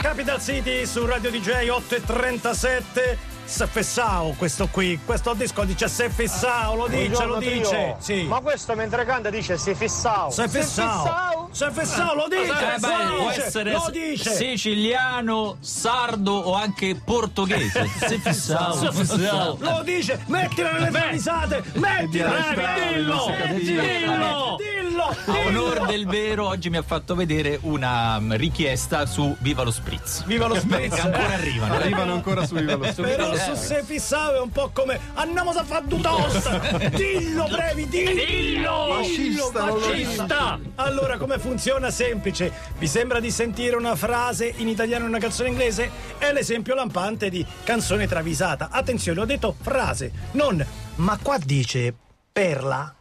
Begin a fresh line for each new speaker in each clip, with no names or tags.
Capital City su Radio DJ 8 e 37. Se fessao questo qui, questo disco dice se fessao, lo dice,
Buongiorno,
lo
trio.
dice. Sì.
Ma questo mentre canta dice si fissao.
Se fessao. Se fessao lo dice,
Eh, beh, può
lo dice,
essere
lo
s-
dice.
siciliano, sardo o anche portoghese. Se fissavo, fissavo.
Lo dice, mettila nelle tue risate, mettila,
Eh,
dillo,
dillo,
dillo, dillo,
dillo. A onor del vero, oggi mi ha fatto vedere una mm, richiesta su Viva lo Spritz.
Viva lo spritz.
Ancora arrivano.
Arrivano ancora su Viva lo Spritz.
Però su se fissavo è un po' come andiamo a fare due toast. Dillo, brevi, dillo.
Dillo!
Fascista, non lo dico.
Fascista!
Allora, come funziona? Semplice. Vi sembra di sentire una frase in italiano e una canzone inglese? È l'esempio lampante di canzone travisata. Attenzione, ho detto frase, non ma qua dice perla.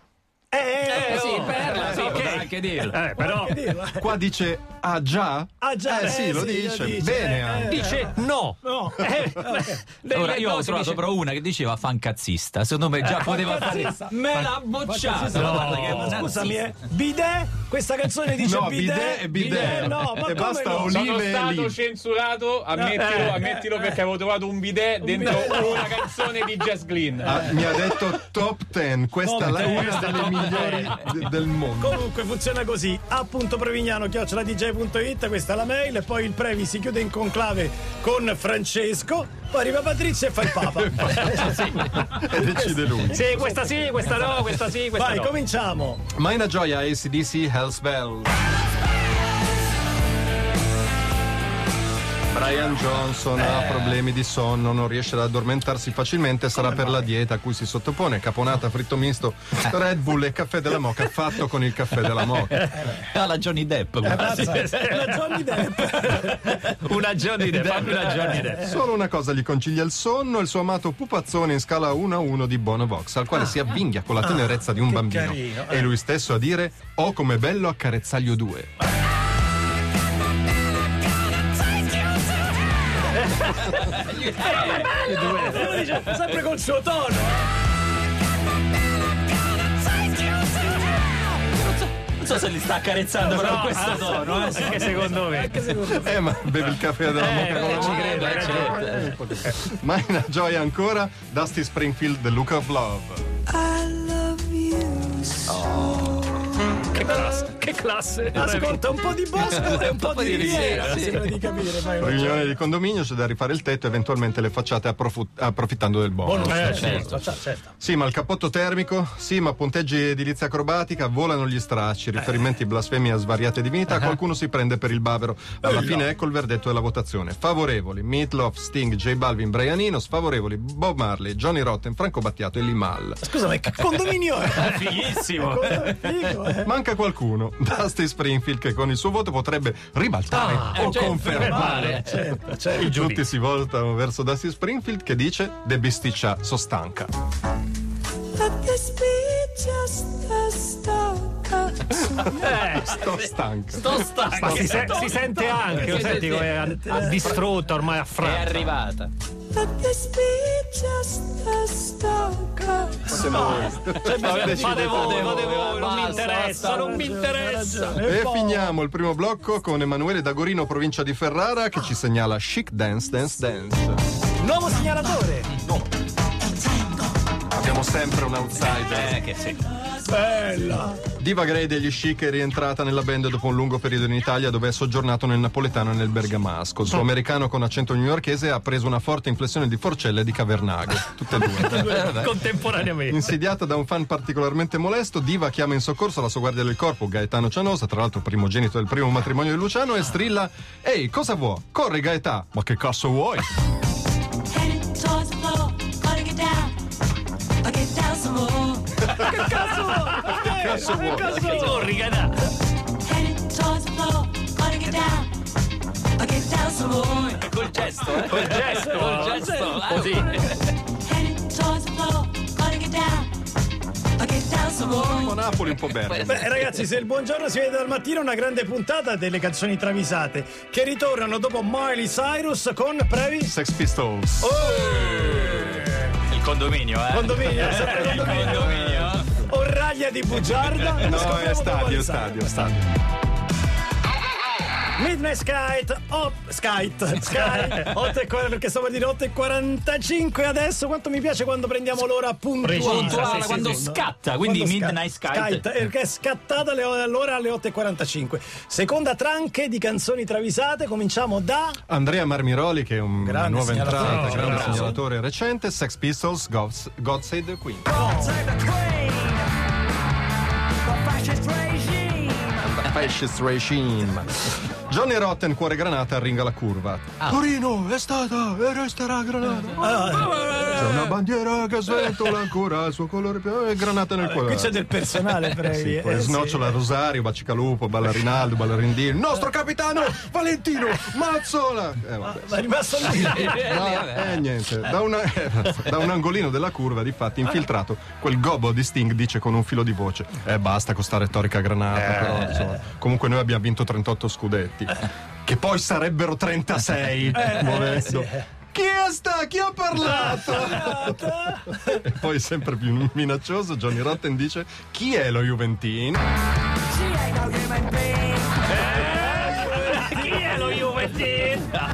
Eh,
Eh, sì,
oh.
perla, sì,
ok.
potrà anche dirlo.
Eh, però
Che dirla?
Qua dice ah già?
Ah, già,
Eh sì,
eh, sì,
lo dice.
lo dice, eh,
Bene anche.
dice no.
No.
Eh, delle
Ora io ho
cose
trovato
dice-
però una che diceva fancazzista, secondo me già poteva fare
fancazzista.
me l'ha bocciata.
No,
Guarda che
ma
nazi-
scusami, eh. bidet? Questa canzone dice
No,
bidet.
bidet e bidet.
no, ma
E
come
basta,
no?
Olive.
Sono
Olive
stato
lì.
censurato, ammettilo, ammettilo perché avevo trovato un bidet dentro una canzone di Jazz Glynn.
Ah, mi ha detto top 10, questa è la
Top Eh.
una delle migliori de- del mondo.
Comunque funziona così, a.prevignano dj.it, questa è la mail, e poi il Previ si chiude in conclave con Francesco, poi arriva Patrizia e fa il Papa.
E decide lui.
Sì, questa sì, questa no, questa sì, questa
Vai,
no.
cominciamo.
Ma è una gioia ACDC Hell's Bell. Brian Johnson
Eh.
ha problemi di sonno, non riesce ad addormentarsi facilmente, sarà per la dieta a cui si sottopone, caponata, fritto misto, Red Bull e caffè della moca fatto con il caffè della moca.
alla Johnny Depp. guarda.
Ah,
La Johnny Depp.
Una Johnny Depp, fammi una Johnny Depp.
Solo una cosa gli concilia il sonno, il suo amato pupazzone in scala 1 a 1 di Bono Vox, al quale si avvinghia con la tenerezza di un bambino.
carino,
E lui stesso a dire, oh come bello accarezzargli due.
Lo dice sempre col suo tono.
Non so se li sta accarezzando però questo tono. eh.
Anche secondo me.
Eh, ma bevi il caffè della moca con la
Ci
mano.
credo, eh, ci credo.
Ma è una gioia ancora, Dusty Springfield, The Look of Love.
Che classe, che classe.
Ascolta un po' di bosco e un po' di riviera, sembra di capire. vai, vai.
Riunione di condominio, c'è da rifare il tetto e eventualmente le facciate approfu- approfittando del bonus.
Eh, certo, certo.
Sì, ma il cappotto termico, sì, ma punteggi edilizia acrobatica, volano gli stracci,
Eh.
riferimenti blasfemie a svariate divinità, qualcuno si prende per il bavero. Alla fine ecco il verdetto della votazione. Favorevoli, Meatloaf, Sting, J Balvin, Brianino, sfavorevoli, Bob Marley, Johnny Rotten, Franco Battiato e Limal.
Scusa, ma che condominio è?
Fighissimo.
Figo, eh.
Manca qualcuno, Dusty Springfield, che con il suo voto potrebbe ribaltare o confermare.
Ah, Certo, certo.
Tutti si voltano verso Dusty Springfield che dice De bisticcia, so stanca.
Let this be just the start of
Sto stanca.
Sto stanco.
Ma si, se- si sente anche, lo senti come ha, ha distrutto ormai a
È
Francia.
arrivata.
Let this be just the start of
Fate voi, fate voi, non mi
Basta,
interessa,
basta,
non mi interessa.
E boh. finiamo il primo blocco con Emanuele D'Agorino, provincia di Ferrara, che ci segnala Chic Dance Dance Dance.
Nuovo segnalatore.
Abbiamo sempre un outsider.
Eh, che sì.
Bella.
Diva Grey degli Chic è rientrata nella band dopo un lungo periodo in Italia dove è soggiornato nel napoletano e nel bergamasco. Il suo americano con accento newyorchese ha preso una forte inflessione di forcella e di cavernago. Tutte e due.
Contemporaneamente.
Insidiata da un fan particolarmente molesto, Diva chiama in soccorso la sua guardia del corpo, Gaetano Cianosa, tra l'altro primogenito del primo matrimonio di Luciano, e strilla: Ehi, cosa vuoi? Corri, Gaetà! Ma che cazzo vuoi?
Headed towards the floor, gotta get down, I get down some more.
Eh,
Cazzo vuoi?
Corri, Gaetà.
Headed towards the floor, gotta get down, I get down some more.
Col gesto, eh.
Col gesto.
Col gesto.
Così.
Headed towards the floor, gotta get down, I get down some more.
Napoli un po' bene.
Beh, ragazzi, se il buongiorno si vede dal mattino, una grande puntata delle canzoni travisate che ritornano dopo Miley Cyrus con Previ.
Sex Pistols.
Il condominio, eh.
Condominio, sempre
Il
condominio.
condominio.
Orraglia di bugiarda.
Eh, No,
Scopriamo
è
dopo
stadio,
Miley Cyrus.
stadio, stadio.
Midnight Skite, oh, Skite, Sky, 8 e 4, perché stavo per dire 8 e 45 adesso, quanto mi piace quando prendiamo l'ora puntuale,
Puntuale,
Sì, sì,
quando
sì, no?
scatta, Ah, quindi
Quando scatta.
Midnight Skite.
perché è scattata alle- all'ora alle 8 e 45. Seconda tranche di canzoni travisate, cominciamo da...
Andrea Marmiroli, che è un- una
Grande
nuova
segnalatore.
entrata,
Bravo,
grande
bravo.
segnalatore recente, Sex Pistols, Gods- God Save the Queen. Fascist regime. Johnny Rotten, cuore granata, ringa la curva. Torino è stata e resterà granata. C'è una bandiera che sventola ancora il suo colore più- e granata nel cuore.
Qui c'è del personale,
Sì,
previ.
poi
eh, sì.
snocciola Rosario, Bacicalupo, Ballarinaldo, Ballarindino, il nostro capitano Valentino Mazzola! Eh, vabbè.
Ma è rimasto lì.
Ma, eh, niente, da, una- da un angolino della curva, difatti, infiltrato, quel gobbo di Sting dice con un filo di voce: Eh, basta con sta retorica granata. però, insomma, comunque, noi abbiamo vinto 38 scudetti, che poi sarebbero 36.
Eh,
volendo. Chi è sta? Chi ha parlato? e poi sempre più minaccioso Johnny Rotten dice chi è lo Juventino?
Chi è lo Juventino?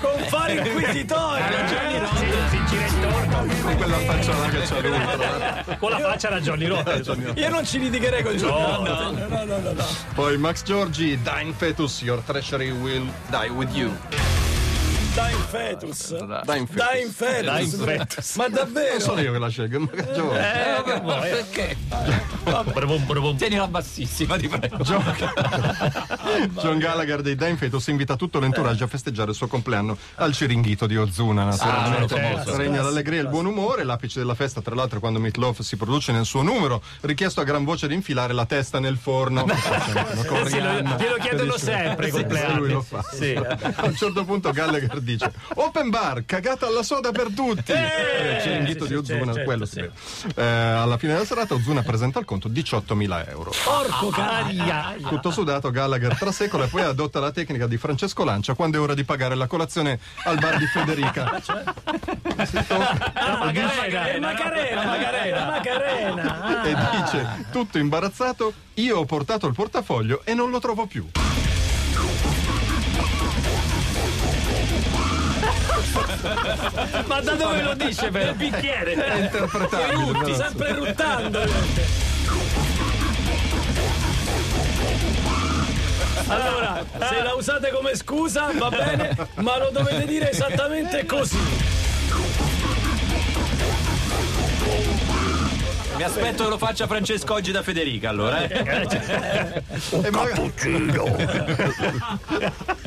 Con fare inquisitore. cioè,
Si gira intorno
Con quella faccia là che c'ha lui.
con la faccia da Johnny Rotten.
Io non ci litigherei con Giorgio. No, no, no, no, no.
Poi Max Giorgi, Dying Fetus, your treachery will die with you.
Dying fetus.
Dying Fetus.
Dying fetus. Ma
Non
davvero?
sono io che la scelgo, ma che giovane.
Ma
eh.
perché?
Brum, brum.
Tienila bassissima, ti prego.
John, John Gallagher dei Dying Fetus invita tutto l'entourage a festeggiare il suo compleanno al Ciringhito di Ozuna, naturalmente. Regna l'allegria e il buon umore, l'apice della festa, tra l'altro, è quando Meatloaf si produce nel suo numero, richiesto a gran voce di infilare la testa nel forno. Con
Sì, lo-
Rihanna,
glielo
che
chiedono
dice-
sempre i
Sì, lui lo
compleanni.
fa.
Sì.
A un certo punto Gallagher dice Open bar, cagata alla soda per tutti Eh, C'è l'invito di Ozuna, quello si vede. Eh, Alla fine della serata Ozuna presenta al conto 18.000 euro
Porco cane.
tutto sudato Gallagher tra secolo e poi adotta la tecnica di Francesco Lancia quando è ora di pagare la colazione al bar di Federica
Eh, Macarena, Macarena, Macarena.
e dice tutto imbarazzato io ho portato il portafoglio e non lo trovo più
Ma da dove lo dice Eh, però? Il
è
bicchiere.
Eh.
interpretabile Eh,
Tutti
però.
sempre ruttando. Allora, se la usate come scusa va bene, ma lo dovete dire esattamente così. Cioè,
Mi aspetto che lo faccia Francesco oggi da Federica, allora. eh.
e, ma-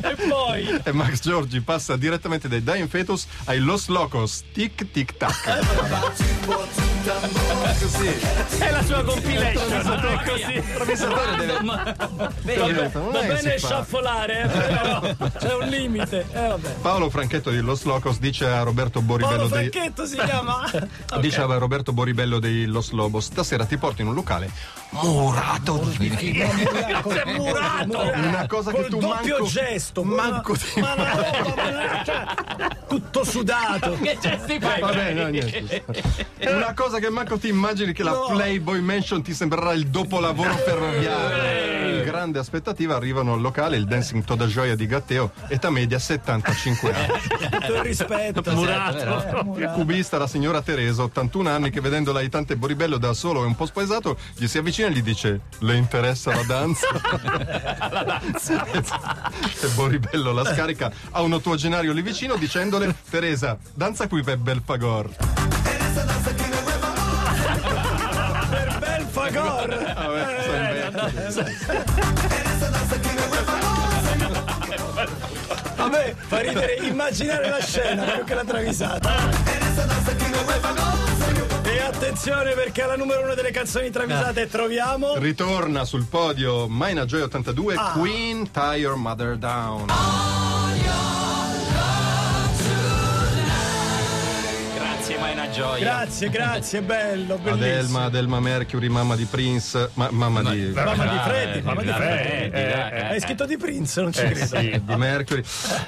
E poi,
e Max Giorgi passa direttamente dai Dying Fetus ai Los Locos tic tic tac
È la sua compilation. È così.
travisatore deve
va bene sciaffolare, eh, però c'è un limite. Eh, vabbè.
Paolo Franchetto di Los Locos dice a Roberto
Paolo
Boribello dei,
Franchetto si chiama.
Dice a Roberto Boribello dei Los Lobos, stasera ti porto in un locale murato di
Sei murato!
Una cosa che
Col
tu
doppio
manco-
gesto,
manco
ma-
ti-
ma una roba, ma una- cioè, tutto sudato.
Che gesti fai?
Vabbè, no, niente. Una cosa che manco ti immagini che la Playboy Mansion ti sembrerà il dopolavoro ferroviario. Con Grande aspettativa, arrivano al locale il Dancing Toda Gioia di Gatteo, età media 75 anni.
Tutto il rispetto.
Il cubista, la signora Teresa, 81 anni, che vedendo l'aitante Boribello da solo e un po' spaesato, gli si avvicina e gli dice: Le interessa la danza? e Boribello la scarica a un ottuagenario lì vicino dicendole: Teresa, danza qui per bel pagor.
Bel fagor.
Vabbè, eh, sono vecchio.
Vabbè, fa ridere immaginare la scena più che la travisata. E attenzione perché alla numero uno delle canzoni travisate troviamo.
Ritorna sul podio Maina Joy 82
Ah.
Queen Tie Your Mother Down.
Grazie, Maina una gioia.
Grazie, grazie, bello, bellissimo.
Adelma, Adelma Mercury, mamma di Prince, ma- mamma di,
La Mamma di
Ah,
Freddy,
eh,
mamma di
eh,
Freddy.
eh, eh, eh.
Hai scritto di Prince, non ci credo.
di Mercury.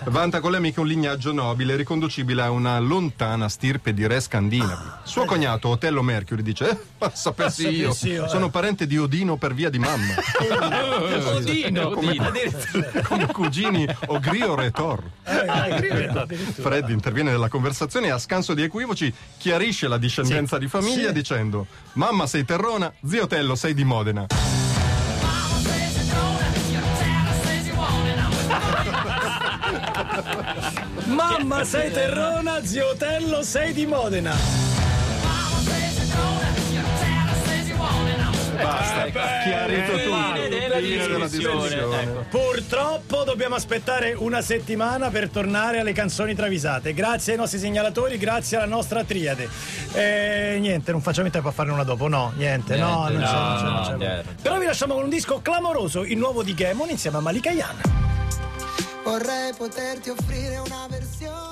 Vanta con le amiche un lignaggio nobile riconducibile a una lontana stirpe di re scandinavi.
Ah,
Suo cognato Otello Mercury dice: eh, Ma sapessi
Sapessi
io,
io, eh."
sono parente di Odino per via di mamma.
Odino,
come,
Odino.
come cugini Ogriore e Thor.
Eh,
Ah,
Fred interviene nella conversazione e a scanso di equivoci chiarisce la discendenza di famiglia dicendo: Mamma sei terrona, zio Tello sei di Modena.
Eh,
Mamma sei Terrona, zio Otello sei di Modena.
Basta, chiarito
Fine
tutto.
della
Fine della
eh, discussione,
discussione.
ecco.
Purtroppo dobbiamo aspettare una settimana per tornare alle canzoni travisate. Grazie ai nostri segnalatori, grazie alla nostra triade. E niente, non facciamo in tempo a farne una dopo, no, niente, no,
Niente,
non c'è,
no,
non c'è, non c'è.
no, niente.
Però vi lasciamo con un disco clamoroso, il nuovo di Gaemon insieme a Malika Yan.
Vorrei poterti offrire una versione